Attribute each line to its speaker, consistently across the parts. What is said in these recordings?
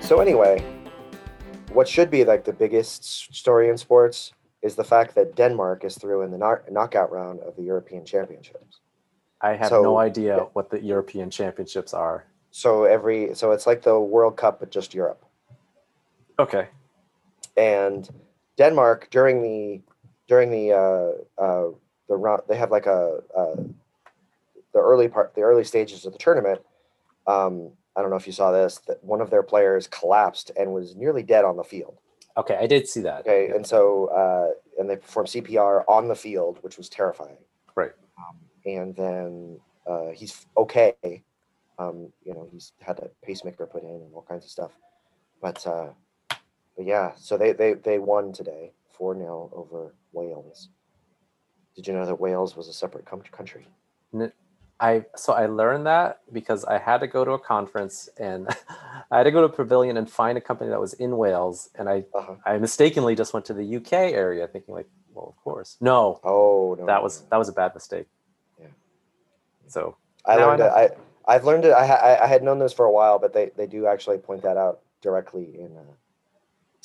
Speaker 1: So anyway, what should be like the biggest s- story in sports is the fact that Denmark is through in the knock- knockout round of the European Championships.
Speaker 2: I have
Speaker 1: So-
Speaker 2: no idea what the European Championships are.
Speaker 1: So every so it's like the World Cup but just Europe.
Speaker 2: Okay.
Speaker 1: And Denmark during the during the uh, uh, the round they have like a uh, the early part the early stages of the tournament. Um, I don't know if you saw this that one of their players collapsed and was nearly dead on the field.
Speaker 2: Okay, I did see that.
Speaker 1: Okay, and so uh, and they performed CPR on the field, which was terrifying.
Speaker 2: Right.
Speaker 1: Um, and then uh, he's okay. Um, you know, he's had a pacemaker put in and all kinds of stuff. But uh, but yeah, so they they they won today four 0 over Wales. Did you know that Wales was a separate com- country?
Speaker 2: I so I learned that because I had to go to a conference and I had to go to a pavilion and find a company that was in Wales and I
Speaker 1: Uh-huh.
Speaker 2: I mistakenly just went to the UK area thinking like well of course no
Speaker 1: Oh no,
Speaker 2: that
Speaker 1: no,
Speaker 2: was
Speaker 1: no.
Speaker 2: that was a bad mistake
Speaker 1: Yeah.
Speaker 2: so
Speaker 1: I
Speaker 2: now I
Speaker 1: learned it. I I've learned it. I ha- I- I had known this for a while, but they they do actually point that out directly in uh,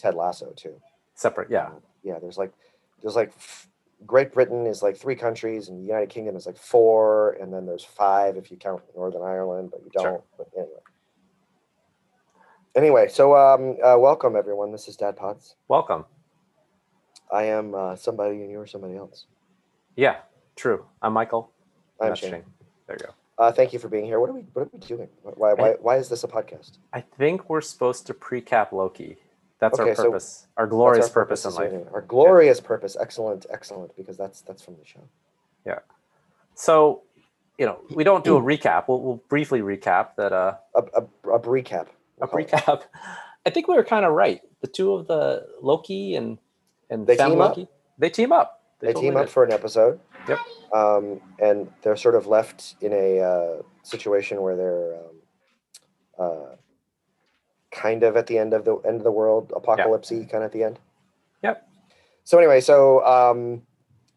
Speaker 1: Ted Lasso too.
Speaker 2: separate yeah
Speaker 1: yeah there's like there's like f- great britain is like three countries and the united kingdom is like four and then there's five if you count northern ireland but you don't
Speaker 2: Sure.
Speaker 1: but anyway anyway so um uh, welcome everyone this is dad potts
Speaker 2: welcome
Speaker 1: i am uh, somebody and you're somebody else
Speaker 2: yeah true I'm Michael
Speaker 1: i'm
Speaker 2: Not
Speaker 1: Shane.
Speaker 2: Shane. there you go
Speaker 1: uh thank you for being here what are we what are we doing why why, why is this a podcast
Speaker 2: I think we're supposed to precap Loki that's
Speaker 1: Okay,
Speaker 2: our
Speaker 1: so
Speaker 2: purpose our glorious
Speaker 1: That's our
Speaker 2: purpose in
Speaker 1: is
Speaker 2: life
Speaker 1: our glorious purpose excellent excellent because that's that's from the show
Speaker 2: so you know we don't do a recap we'll, we'll briefly recap that uh oh.
Speaker 1: a, a, a recap
Speaker 2: a
Speaker 1: we'll call it.
Speaker 2: recap. I think we were kind of right. The two of the Loki and and
Speaker 1: They
Speaker 2: Femme
Speaker 1: team up.
Speaker 2: Loki, they team up.
Speaker 1: they
Speaker 2: totally
Speaker 1: team up
Speaker 2: did.
Speaker 1: for an episode.
Speaker 2: Yep.
Speaker 1: Um, and they're sort of left in a uh, situation where they're um, uh, kind of at the end of the end of the world apocalypse kind of at the end.
Speaker 2: Yep.
Speaker 1: So anyway, so um,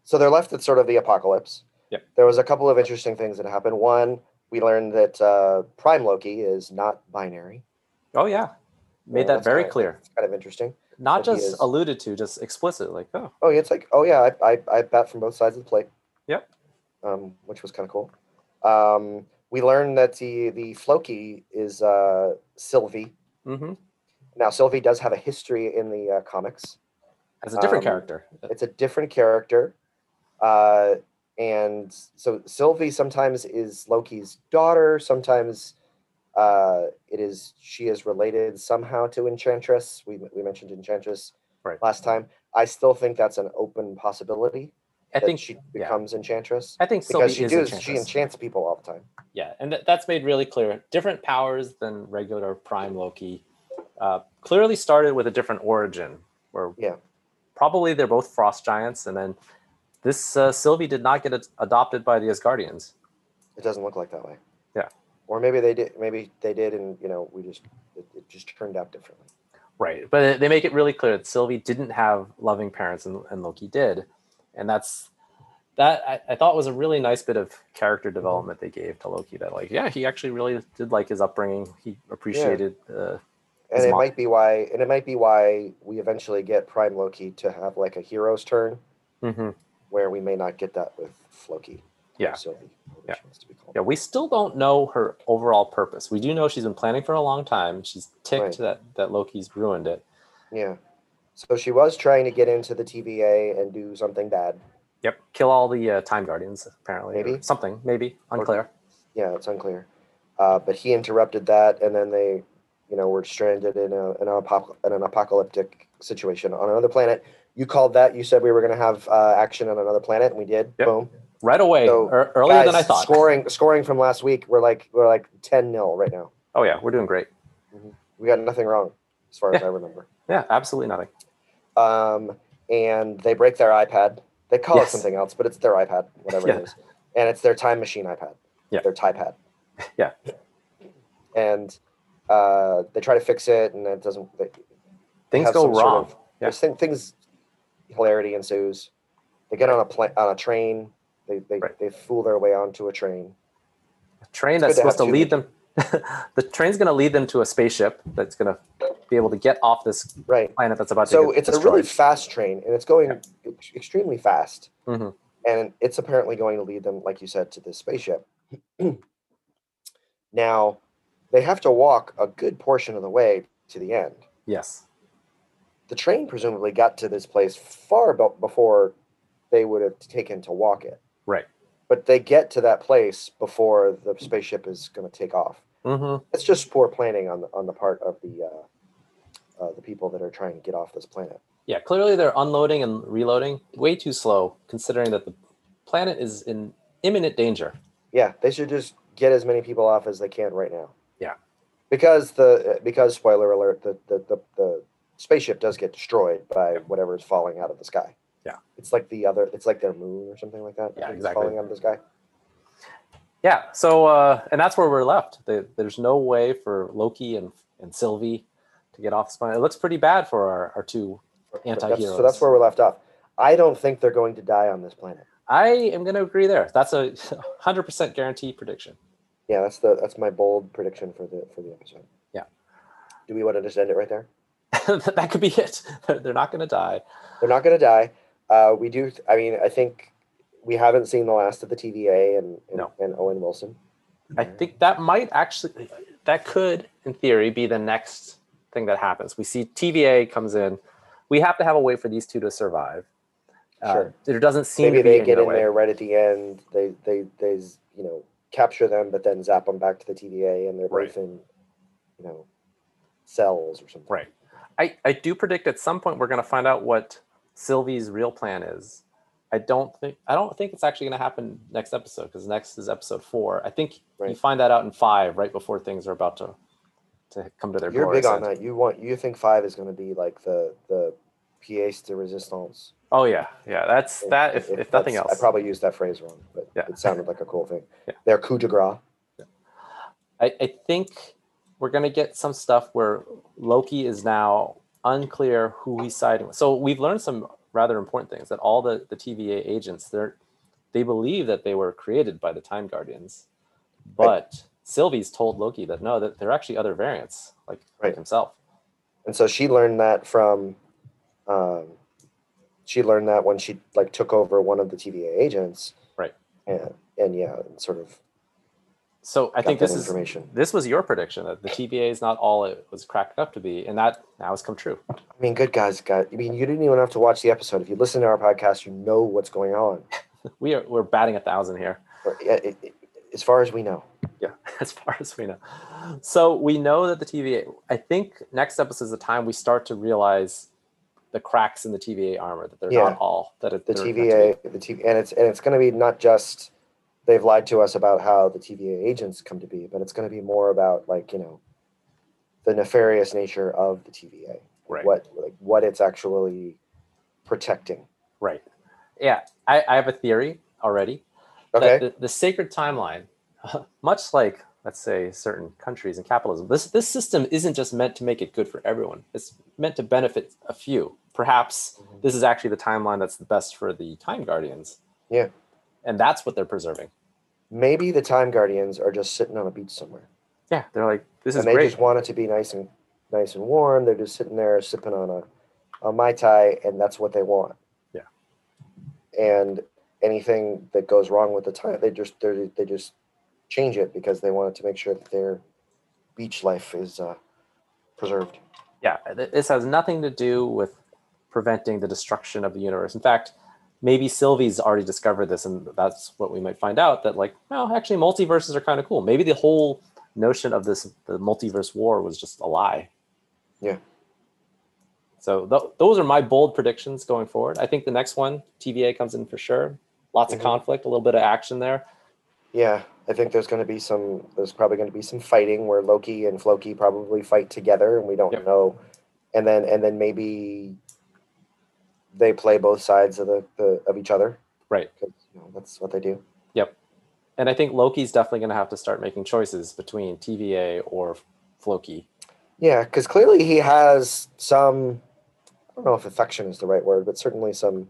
Speaker 1: so they're left at sort of the apocalypse.
Speaker 2: Yep.
Speaker 1: There was a couple of interesting things that happened. One, we learned that uh, Prime Loki is not binary.
Speaker 2: Oh yeah, made
Speaker 1: Yeah,
Speaker 2: that
Speaker 1: that's
Speaker 2: very
Speaker 1: kinda-
Speaker 2: clear.
Speaker 1: It's kind of interesting.
Speaker 2: Not
Speaker 1: that he
Speaker 2: just
Speaker 1: is-
Speaker 2: alluded to, just explicit. Like oh
Speaker 1: Oh, yeah, it's like, oh yeah, I, I, I bat from both sides of the plate.
Speaker 2: Yep.
Speaker 1: Um, which was kind of cool. Um, we learned that the the Floki is uh, Sylvie.
Speaker 2: hmm
Speaker 1: Now Sylvie does have a history in the uh, comics.
Speaker 2: as a different
Speaker 1: Um,
Speaker 2: character.
Speaker 1: It's a different character, uh, and so Sylvie sometimes is Loki's daughter. Sometimes uh, it is she is related somehow to Enchantress. We we mentioned Enchantress
Speaker 2: Right.
Speaker 1: last time. I still think that's an open possibility.
Speaker 2: I
Speaker 1: that
Speaker 2: think
Speaker 1: she
Speaker 2: yeah.
Speaker 1: becomes enchantress
Speaker 2: I think Sylvie
Speaker 1: because she
Speaker 2: is
Speaker 1: does she
Speaker 2: Enchantress.
Speaker 1: enchants people all the time.
Speaker 2: yeah, and that that's made really clear. Different powers than regular Prime Loki. Uh, clearly started with a different origin, where
Speaker 1: Yeah.
Speaker 2: probably they're both frost giants, and then this uh, Sylvie did not get ad- adopted by the Asgardians.
Speaker 1: It doesn't look like that way.
Speaker 2: Yeah.
Speaker 1: Or maybe they did. Maybe they did, and you know, we just it, it just turned out differently.
Speaker 2: Right. But it- they make it really clear that Sylvie didn't have loving parents and, and Loki did. And that's that I, I thought was a really nice bit of character development they gave to Loki that like, yeah, he actually really did like his upbringing. He appreciated uh,
Speaker 1: And
Speaker 2: His
Speaker 1: it
Speaker 2: mom-
Speaker 1: might be why. And it might be why we eventually get Prime Loki to have like a hero's turn,
Speaker 2: mhm.
Speaker 1: where we may not get that with Floki.
Speaker 2: Yeah.
Speaker 1: So which
Speaker 2: Yeah.
Speaker 1: wants to be called.
Speaker 2: yeah, we still don't know her overall purpose. We do know she's been planning for a long time. She's ticked
Speaker 1: Right.
Speaker 2: that that Loki's ruined it.
Speaker 1: Yeah. So she was trying to get into the TVA and do something bad.
Speaker 2: Yep. Kill all the uh, time guardians, apparently. or
Speaker 1: Maybe.
Speaker 2: something, maybe. Unclear.
Speaker 1: Yeah, it's unclear. Uh, but he interrupted that, and then they, you know, were stranded in, a, in, an, apoc- in an apocalyptic situation on another planet. You called that. You said we were going to have uh, action on another planet, and we did.
Speaker 2: Yep.
Speaker 1: Boom.
Speaker 2: Right away,
Speaker 1: So,
Speaker 2: ear- earlier
Speaker 1: Guys,
Speaker 2: than I thought.
Speaker 1: Scoring, scoring from last week, we're like we're like ten 0 right now.
Speaker 2: Oh yeah, we're doing great.
Speaker 1: We got nothing wrong, as far as I remember.
Speaker 2: Yeah, absolutely nothing.
Speaker 1: Um, and they break their iPad. They call
Speaker 2: Yes.
Speaker 1: it something else, but it's their iPad, whatever
Speaker 2: Yeah.
Speaker 1: it is, and it's their time machine iPad.
Speaker 2: Yeah.
Speaker 1: Their iPad.
Speaker 2: Yeah.
Speaker 1: And uh, they try to fix it, and it doesn't. They,
Speaker 2: Things
Speaker 1: have
Speaker 2: go
Speaker 1: some sort
Speaker 2: wrong.
Speaker 1: of-
Speaker 2: Yeah.
Speaker 1: there's thing- things hilarity ensues. They get on a pla- on a train. They they,
Speaker 2: Right.
Speaker 1: they fool their way onto a train.
Speaker 2: train
Speaker 1: It's
Speaker 2: that's
Speaker 1: good to have
Speaker 2: supposed to
Speaker 1: two
Speaker 2: lead them the train's going to lead them to a spaceship that's going to be able to get off this
Speaker 1: right.
Speaker 2: planet that's about
Speaker 1: So
Speaker 2: to get
Speaker 1: it's a
Speaker 2: destroyed.
Speaker 1: really fast train, and it's going ex- extremely fast,
Speaker 2: Mhm.
Speaker 1: and it's apparently going to lead them, like you said, to this spaceship. now, they have to walk a good portion of the way to the end.
Speaker 2: yes.
Speaker 1: The train presumably got to this place far be- before they would have taken to walk it.
Speaker 2: Right.
Speaker 1: But they get to that place before the spaceship is going to take off.
Speaker 2: hmm
Speaker 1: It's just poor planning on the on the part of the uh, uh, the people that are trying to get off this planet.
Speaker 2: Yeah, clearly they're unloading and reloading way too slow, considering that the planet is in imminent danger.
Speaker 1: Yeah, they should just get as many people off as they can right now.
Speaker 2: Yeah.
Speaker 1: Because the because spoiler alert, the the the, the spaceship does get destroyed by whatever is falling out of the sky.
Speaker 2: Yeah.
Speaker 1: It's like the other it's like their moon or something like that. I
Speaker 2: Yeah,
Speaker 1: think it's
Speaker 2: exactly.
Speaker 1: Falling out of the sky.
Speaker 2: Yeah, so uh, and that's where we're left. There there's no way for Loki and and Sylvie to get off the planet. It looks pretty bad for our, our two
Speaker 1: That's-
Speaker 2: anti-heroes.
Speaker 1: so that's where we're left off. I don't think they're going to die on this planet.
Speaker 2: I am going to agree there. That's a 100% guarantee prediction.
Speaker 1: Yeah, that's the that's my bold prediction for the for the episode.
Speaker 2: Yeah.
Speaker 1: Do we want to just end it right there?
Speaker 2: that could be it. They're not going to die.
Speaker 1: They're not going to die. Uh, we do. I mean, I think we haven't seen the last of the TVA and and,
Speaker 2: No.
Speaker 1: and Owen Wilson.
Speaker 2: I think that might actually, that could, in theory, be the next thing that happens. We see TVA comes in. We have to have a way for these two to survive. Uh,
Speaker 1: Sure.
Speaker 2: there doesn't seem
Speaker 1: Maybe
Speaker 2: to be
Speaker 1: they
Speaker 2: any
Speaker 1: get
Speaker 2: other
Speaker 1: in
Speaker 2: way.
Speaker 1: there right at the end. They they they s- you know capture them, but then zap them back to the TVA, and they're
Speaker 2: Right.
Speaker 1: both in you know cells or something.
Speaker 2: Right. I, I do predict at some point we're going to find out what Sylvie's real plan is. I don't think I don't think it's actually going to happen next episode because next is episode four. I think you
Speaker 1: Right.
Speaker 2: find that out in five, right before things are about to to come to their
Speaker 1: You're
Speaker 2: glorious
Speaker 1: big on
Speaker 2: end.
Speaker 1: that. You want you think five is going to be like the the pièce de résistance.
Speaker 2: Oh yeah, yeah. That's that. If, if, nothing
Speaker 1: that's-
Speaker 2: else,
Speaker 1: I probably used that phrase wrong, but
Speaker 2: Yeah.
Speaker 1: it sounded like a cool thing.
Speaker 2: Yeah.
Speaker 1: Their coup de grace.
Speaker 2: I, I think we're gonna get some stuff where Loki is now unclear who he's siding with. So we've learned some rather important things that all the, the TVA agents they're they believe that they were created by the Time Guardians, but Sylvie's told Loki that no, that there are actually other variants like, like
Speaker 1: Right.
Speaker 2: himself.
Speaker 1: and so she learned that from um, she learned that when she like took over one of the TVA agents
Speaker 2: Right.
Speaker 1: and and yeah and sort of
Speaker 2: So I
Speaker 1: got
Speaker 2: think
Speaker 1: that
Speaker 2: this is
Speaker 1: information
Speaker 2: this was your prediction that the TVA is not all it was cracked up to be, and that now has come true.
Speaker 1: I mean good guys got I mean you didn't even have to watch the episode if you listen to our podcast you know what's going on
Speaker 2: We are we're batting a thousand here.
Speaker 1: Or, yeah, it- it- as far as we know
Speaker 2: Yeah, as far as we know. So we know that the TVA, I think next episode is the time we start to realize the cracks in the TVA armor, that they're
Speaker 1: Yeah.
Speaker 2: not all, that it,
Speaker 1: the
Speaker 2: they're meant to
Speaker 1: TVA the TV and it's and it's going to be not just they've lied to us about how the TVA agents come to be but it's going to be more about like you know the nefarious nature of the TVA
Speaker 2: be- right.
Speaker 1: what like what it's actually protecting.
Speaker 2: Right. Yeah, I, I have a theory already.
Speaker 1: Okay.
Speaker 2: That the, the sacred timeline, much like, let's say, certain countries and capitalism, this, this system isn't just meant to make it good for everyone, it's meant to benefit a few. Perhaps
Speaker 1: Mhm.
Speaker 2: this is actually the timeline that's the best for the Time Guardians.
Speaker 1: Yeah.
Speaker 2: And that's what they're preserving.
Speaker 1: Maybe the time guardians are just sitting on a beach somewhere,
Speaker 2: Yeah, they're like, this is
Speaker 1: and they
Speaker 2: great.
Speaker 1: just want it to be nice and nice and warm. They're just sitting there sipping on a, a mai tai, and that's what they want.
Speaker 2: Yeah.
Speaker 1: And anything that goes wrong with the time, they just they they just change it because they wanted to make sure that their beach life is uh, preserved.
Speaker 2: yeah, th- this has nothing to do with preventing the destruction of the universe. In fact, maybe Sylvie's already discovered this, and that's what we might find out that, like, well, actually, multiverses are kind of cool. Maybe the whole notion of this, the multiverse war, was just a lie.
Speaker 1: Yeah.
Speaker 2: So th- those are my bold predictions going forward. I think the next one, TVA, comes in for sure. Lots
Speaker 1: Mhm.
Speaker 2: of conflict, a little bit of action there.
Speaker 1: Yeah, I think there's going to be some. There's probably going to be some fighting where Loki and Floki probably fight together, and we don't
Speaker 2: Yep.
Speaker 1: know. And then and then maybe they play both sides of the, the of each other.
Speaker 2: Right.
Speaker 1: 'Cause, you know, that's what they do.
Speaker 2: And I think Loki's definitely going to have to start making choices between TVA or Floki.
Speaker 1: Yeah, because clearly he has some. I don't know if affection is the right word, but certainly some.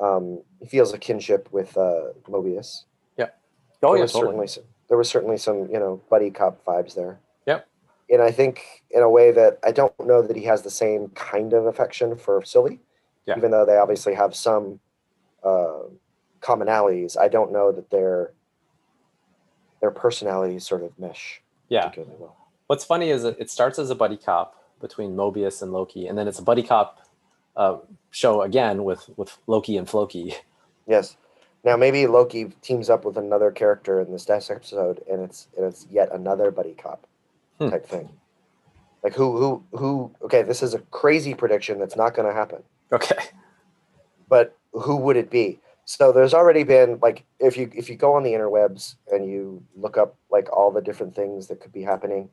Speaker 1: Um, he feels a kinship with uh, Mobius.
Speaker 2: Oh,
Speaker 1: There
Speaker 2: yeah,
Speaker 1: was
Speaker 2: totally.
Speaker 1: certainly some, there was certainly some you know buddy cop vibes there.
Speaker 2: Yep.
Speaker 1: And I think in a way that I don't know that he has the same kind of affection for Sylvie,
Speaker 2: Yeah.
Speaker 1: even though they obviously have some uh, commonalities. I don't know that their their personalities sort of mesh
Speaker 2: Yeah.
Speaker 1: particularly well.
Speaker 2: What's funny is that it starts as a buddy cop between Mobius and Loki, and then it's a buddy cop uh, show again with with Loki and Floki.
Speaker 1: Yes. Now maybe Loki teams up with another character in this next episode, and it's and it's yet another buddy cop
Speaker 2: Hmm.
Speaker 1: type thing. Like who who who? Okay, this is a crazy prediction that's not going to happen.
Speaker 2: Okay.
Speaker 1: But who would it be? So there's already been like if you if you go on the interwebs and you look up like all the different things that could be happening.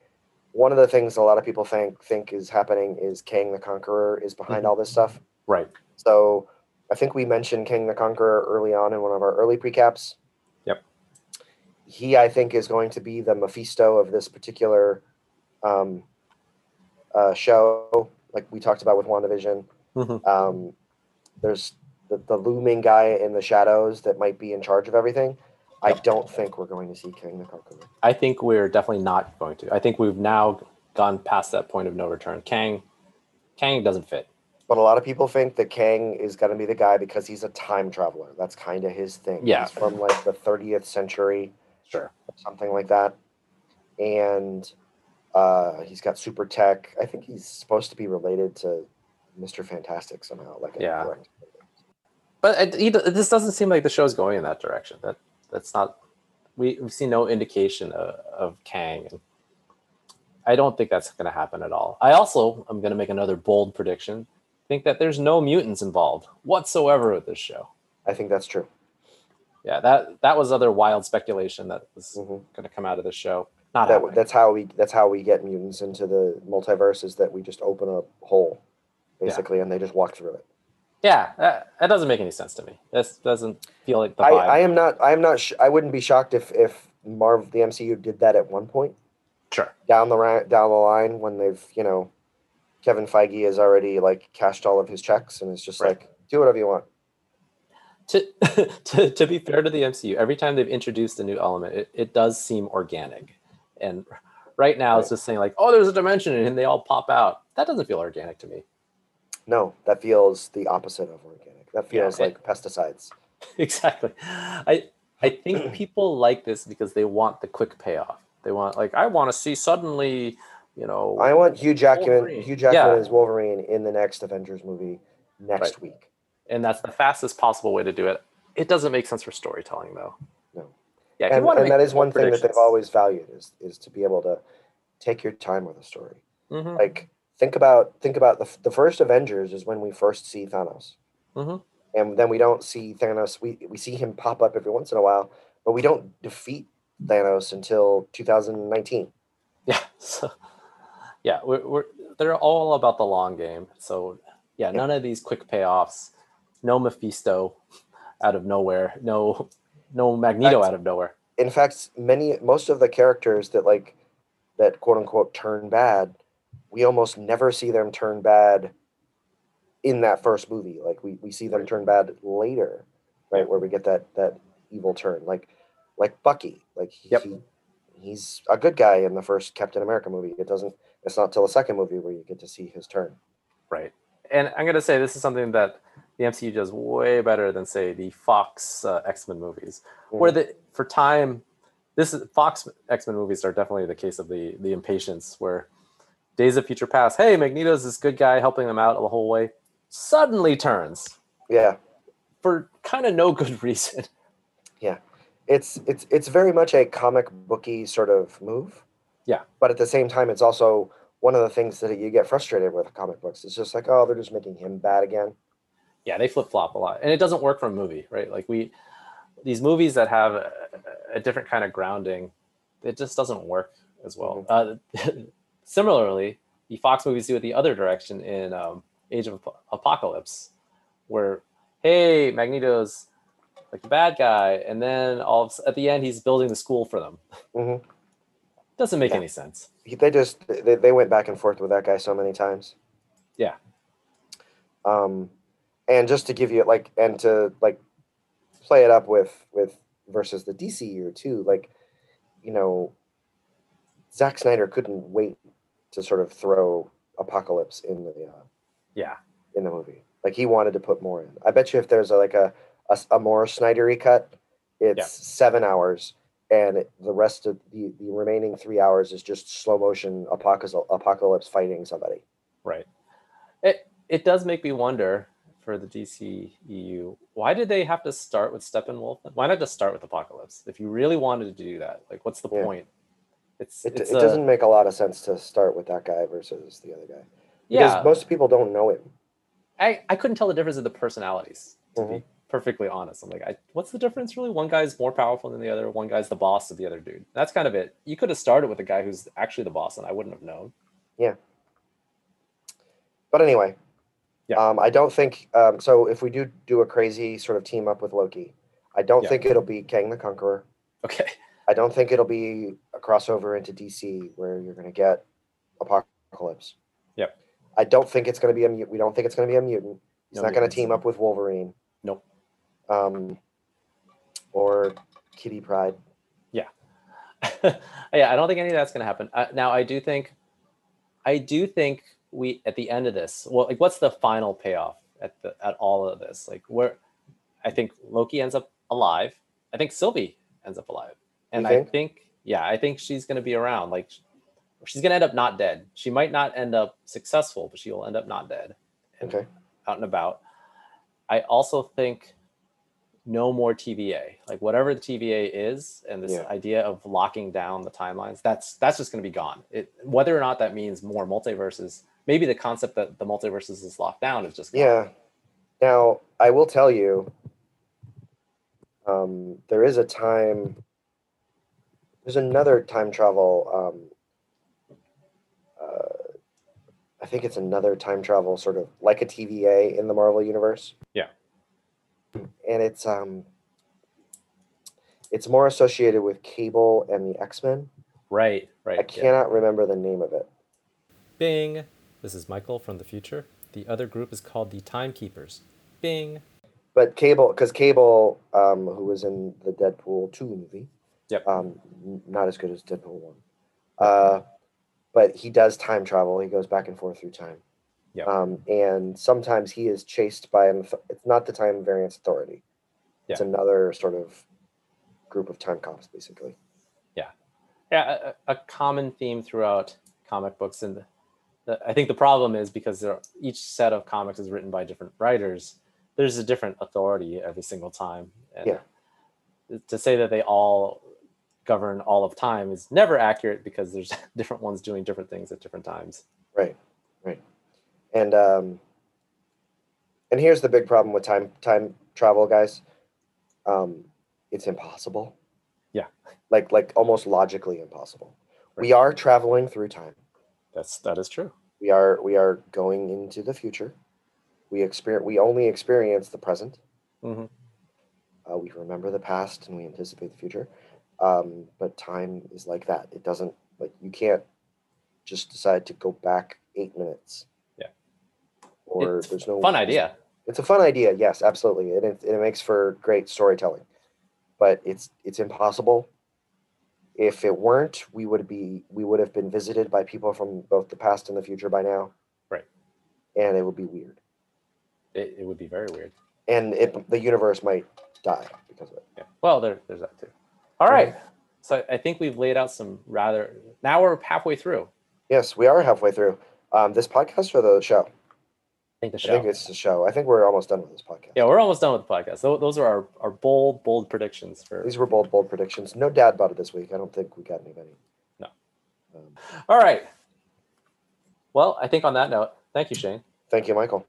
Speaker 1: One of the things a lot of people think think is happening is Kang the Conqueror is behind all this stuff.
Speaker 2: Right.
Speaker 1: So I think we mentioned King the Conqueror early on in one of our early precaps.
Speaker 2: Yep.
Speaker 1: He, I think, is going to be the Mephisto of this particular um, uh, show, like we talked about with WandaVision.
Speaker 2: Mhm.
Speaker 1: Um, there's the, the looming guy in the shadows that might be in charge of everything. I
Speaker 2: Yep.
Speaker 1: don't think we're going to see King the Conqueror.
Speaker 2: I think we're definitely not going to. I think we've now gone past that point of no return. Kang, Kang doesn't fit.
Speaker 1: But a lot of people think that Kang is going to be the guy because he's a time traveler. That's kind of his thing.
Speaker 2: Yeah.
Speaker 1: He's from like the 30th century.
Speaker 2: Sure.
Speaker 1: something like that. And uh, he's got super tech. I think he's supposed to be related to Mr. Fantastic somehow. Like a
Speaker 2: Yeah.
Speaker 1: direct-
Speaker 2: But it, he, do- this doesn't seem like the show's going in that direction. That that's not. We we see no indication of, of Kang, and I don't think that's going to happen at all. I also am going to make another bold prediction. Think that there's no mutants involved whatsoever with this show.
Speaker 1: I think that's true.
Speaker 2: Yeah, that that was other wild speculation that was
Speaker 1: Mhm.
Speaker 2: going to come out of this show. Not
Speaker 1: That,
Speaker 2: happening.
Speaker 1: that's how we that's how we get mutants into the multiverse is that we just open a hole, basically, and they just walk through it.
Speaker 2: Yeah, that, that doesn't make any sense to me. This doesn't feel like the
Speaker 1: I,
Speaker 2: vibe.
Speaker 1: I am not I am not sh- I wouldn't be shocked if if Marv the MCU did that at one point
Speaker 2: sure.
Speaker 1: down the ri- down the line when they've you know Kevin Feige has already like cashed all of his checks and it's just
Speaker 2: Right.
Speaker 1: like do whatever you want.
Speaker 2: To, to to be fair to the MCU, every time they've introduced a new element, it, it does seem organic. And right now, it's
Speaker 1: Right.
Speaker 2: just saying like, oh, there's a dimension, and they all pop out. That doesn't feel organic to me.
Speaker 1: No, that feels the opposite of organic. That
Speaker 2: Yeah,
Speaker 1: feels
Speaker 2: it-
Speaker 1: like pesticides.
Speaker 2: exactly. I I think people like this because they want the quick payoff. They want like, I want to see suddenly, you know,
Speaker 1: I want Hugh Jackman.
Speaker 2: Wolverine.
Speaker 1: Hugh Jackman
Speaker 2: Yeah.
Speaker 1: as Wolverine in the next Avengers movie next
Speaker 2: Right.
Speaker 1: week.
Speaker 2: and that's the fastest possible way to do it. It doesn't make sense for storytelling though.
Speaker 1: No.
Speaker 2: Yeah, if you
Speaker 1: And,
Speaker 2: want to
Speaker 1: and that
Speaker 2: make
Speaker 1: is one thing that they've
Speaker 2: predictions-
Speaker 1: always valued is is to be able to take your time with a story.
Speaker 2: Mhm.
Speaker 1: Like think about think about the f- the first Avengers is when we first see Thanos.
Speaker 2: Mhm.
Speaker 1: And then we don't see Thanos. We we see him pop up every once in a while, but we don't defeat Thanos until 2019.
Speaker 2: Yeah. So, yeah, we're, we're they're all about the long game. So, yeah, none of these quick payoffs. No Mephisto out of nowhere. No, no Magneto
Speaker 1: That's-
Speaker 2: out of nowhere.
Speaker 1: in fact many most of the characters that like that quote unquote turn bad we almost never see them turn bad in that first movie like we, we see them turn bad later right where we get that that evil turn like like bucky like he,
Speaker 2: Yep.
Speaker 1: he- he's a good guy in the first captain america movie it doesn't it's not till the second movie where you get to see his turn
Speaker 2: Right. And I'm gonna say this is something that the MCU does way better than say the Fox uh, X Men movies, where the for time, this is Fox X Men movies are definitely the case of the the impatience where Days of Future Past. Hey, Magneto's this good guy helping them out the whole way. Suddenly turns.
Speaker 1: Mm-hmm. yeah
Speaker 2: for kind of no good reason.
Speaker 1: it's it's it's very much a comic booky sort of move.
Speaker 2: Yeah.
Speaker 1: But at the same time, it's also one of the things that you get frustrated with comic books. It's just like, oh, they're just making him bad again.
Speaker 2: Yeah, they flip flop a lot, and it doesn't work for a movie, right? Like we, these movies that have a, a different kind of grounding, it just doesn't work as well. Uh, similarly, the Fox movies do it the other direction in um, Age of Ap- Apocalypse, where hey, Magneto's like the bad guy, and then all of, a s- at the end he's building the school for them.
Speaker 1: Mhm.
Speaker 2: Doesn't make
Speaker 1: Yeah.
Speaker 2: any sense.
Speaker 1: He- They just they, they went back and forth with that guy so many times.
Speaker 2: Yeah.
Speaker 1: Um, and just to give you like and to like play it up with with versus the DCU too, like you know, Zack Snyder couldn't wait to sort of throw Apocalypse in the uh,
Speaker 2: Yeah.
Speaker 1: in the movie. Like he wanted to put more in. I bet you if there's a, like a a, a more Snydery cut, it's
Speaker 2: Yeah.
Speaker 1: seven hours, and it- the rest of the, the remaining three hours is just slow motion apocalypse apocalypse fighting somebody.
Speaker 2: Right. It it does make me wonder for the DC EU, why did they have to start with Steppenwolf? Why not just start with Apocalypse? If you really wanted to do that, like what's the
Speaker 1: Yeah.
Speaker 2: point? It's
Speaker 1: It,
Speaker 2: it's
Speaker 1: it
Speaker 2: a-
Speaker 1: doesn't make a lot of sense to start with that guy versus the other guy because
Speaker 2: yeah.
Speaker 1: most people don't know him.
Speaker 2: I, I couldn't tell the difference of the personalities, to
Speaker 1: Mhm.
Speaker 2: be perfectly honest. I'm like, I, what's the difference really? One guy's more powerful than the other, one guy's the boss of the other dude. That's kind of it. You could have started with a guy who's actually the boss, and I wouldn't have known.
Speaker 1: But anyway,
Speaker 2: Yeah.
Speaker 1: um, I don't think um, so. If we do do a crazy sort of team up with Loki, I don't
Speaker 2: Yeah.
Speaker 1: think it'll be Kang the Conqueror.
Speaker 2: Okay.
Speaker 1: I don't think it'll be a crossover into DC where you're going to get Apocalypse.
Speaker 2: Yep.
Speaker 1: I don't think it's going to be a mutant. We don't think it's going to be a mutant. He's
Speaker 2: No
Speaker 1: not going to
Speaker 2: mutants.
Speaker 1: team up with Wolverine.
Speaker 2: Nope.
Speaker 1: Um, or Kitty Pride.
Speaker 2: yeah, I don't think any of that's going to happen. Uh, now, I do think, I do think we at the end of this. Well, like, what's the final payoff at the at all of this? Like, where I think Loki ends up alive. I think Sylvie ends up alive, and I
Speaker 1: think?
Speaker 2: think yeah, I think she's going to be around. Like, sh- she's going to end up not dead. She might not end up successful, but she will end up not dead
Speaker 1: Okay.
Speaker 2: out and about. I also think no more TVA. Like whatever the TVA is, and this
Speaker 1: Yeah.
Speaker 2: idea of locking down the timelines, that's that's just going to be gone. It, whether or not that means more multiverses, maybe the concept that the multiverses is locked down is just gone.
Speaker 1: Yeah. Now I will tell you. Um, there is a time. There's another time travel. Um, uh, I think it's another time travel, sort of like a TVA in the Marvel universe.
Speaker 2: Yeah.
Speaker 1: And it's um. It's more associated with Cable and the X Men.
Speaker 2: Right.
Speaker 1: I
Speaker 2: Right. yeah.
Speaker 1: cannot remember the name of it.
Speaker 2: Bing. This is Michael from the future. The other group is called the Timekeepers. Bing.
Speaker 1: but Cable, because Cable, um, who was in the Deadpool two movie,
Speaker 2: Yep.
Speaker 1: um, n- not as good as Deadpool one, uh, but he does time travel. He goes back and forth through time,
Speaker 2: Yep.
Speaker 1: um, and sometimes he is chased by an. auth- It's not the Time Variance Authority. It's
Speaker 2: Yeah.
Speaker 1: another sort of group of time cops, basically.
Speaker 2: yeah a, a common theme throughout comic books and the, the, i think the problem is because there, each set of comics is written by different writers there's a different authority every single time and to say that they all govern all of time is never accurate because there's different ones doing different things at different times
Speaker 1: And um, and here's the big problem with time time travel, guys. Um, it's impossible.
Speaker 2: Yeah.
Speaker 1: Like like almost logically impossible. We are traveling through time.
Speaker 2: that's that is true
Speaker 1: We are we are going into the future. We experience we only experience the present.
Speaker 2: Mhm.
Speaker 1: Uh, we remember the past and we anticipate the future. Um, but time is like that. It doesn't like you can't just decide to go back eight minutes.
Speaker 2: Yeah.
Speaker 1: Or
Speaker 2: It's
Speaker 1: there's no
Speaker 2: fun idea
Speaker 1: it's a fun idea yes absolutely and it, it makes for great storytelling but it's it's impossible if it weren't we would be we would have been visited by people from both the past and the future by now
Speaker 2: Right.
Speaker 1: and it would be weird
Speaker 2: it, it would be very weird
Speaker 1: and it, the universe might die because of it
Speaker 2: Yeah. Well, there, there's that too. All right. So I think we've laid out some rather. Now we're halfway through.
Speaker 1: yes we are halfway through um, this podcast or the show?
Speaker 2: I think the
Speaker 1: i think
Speaker 2: show.
Speaker 1: it's the show i think we're almost done with this podcast
Speaker 2: Yeah, we're almost done with the podcast. Tho- Those are our, our bold, bold predictions for.
Speaker 1: these were bold bold predictions no dad bought it this week i don't think we got anybody
Speaker 2: No.
Speaker 1: um,
Speaker 2: All right. Well, I think on that note, thank you, Shane.
Speaker 1: thank you michael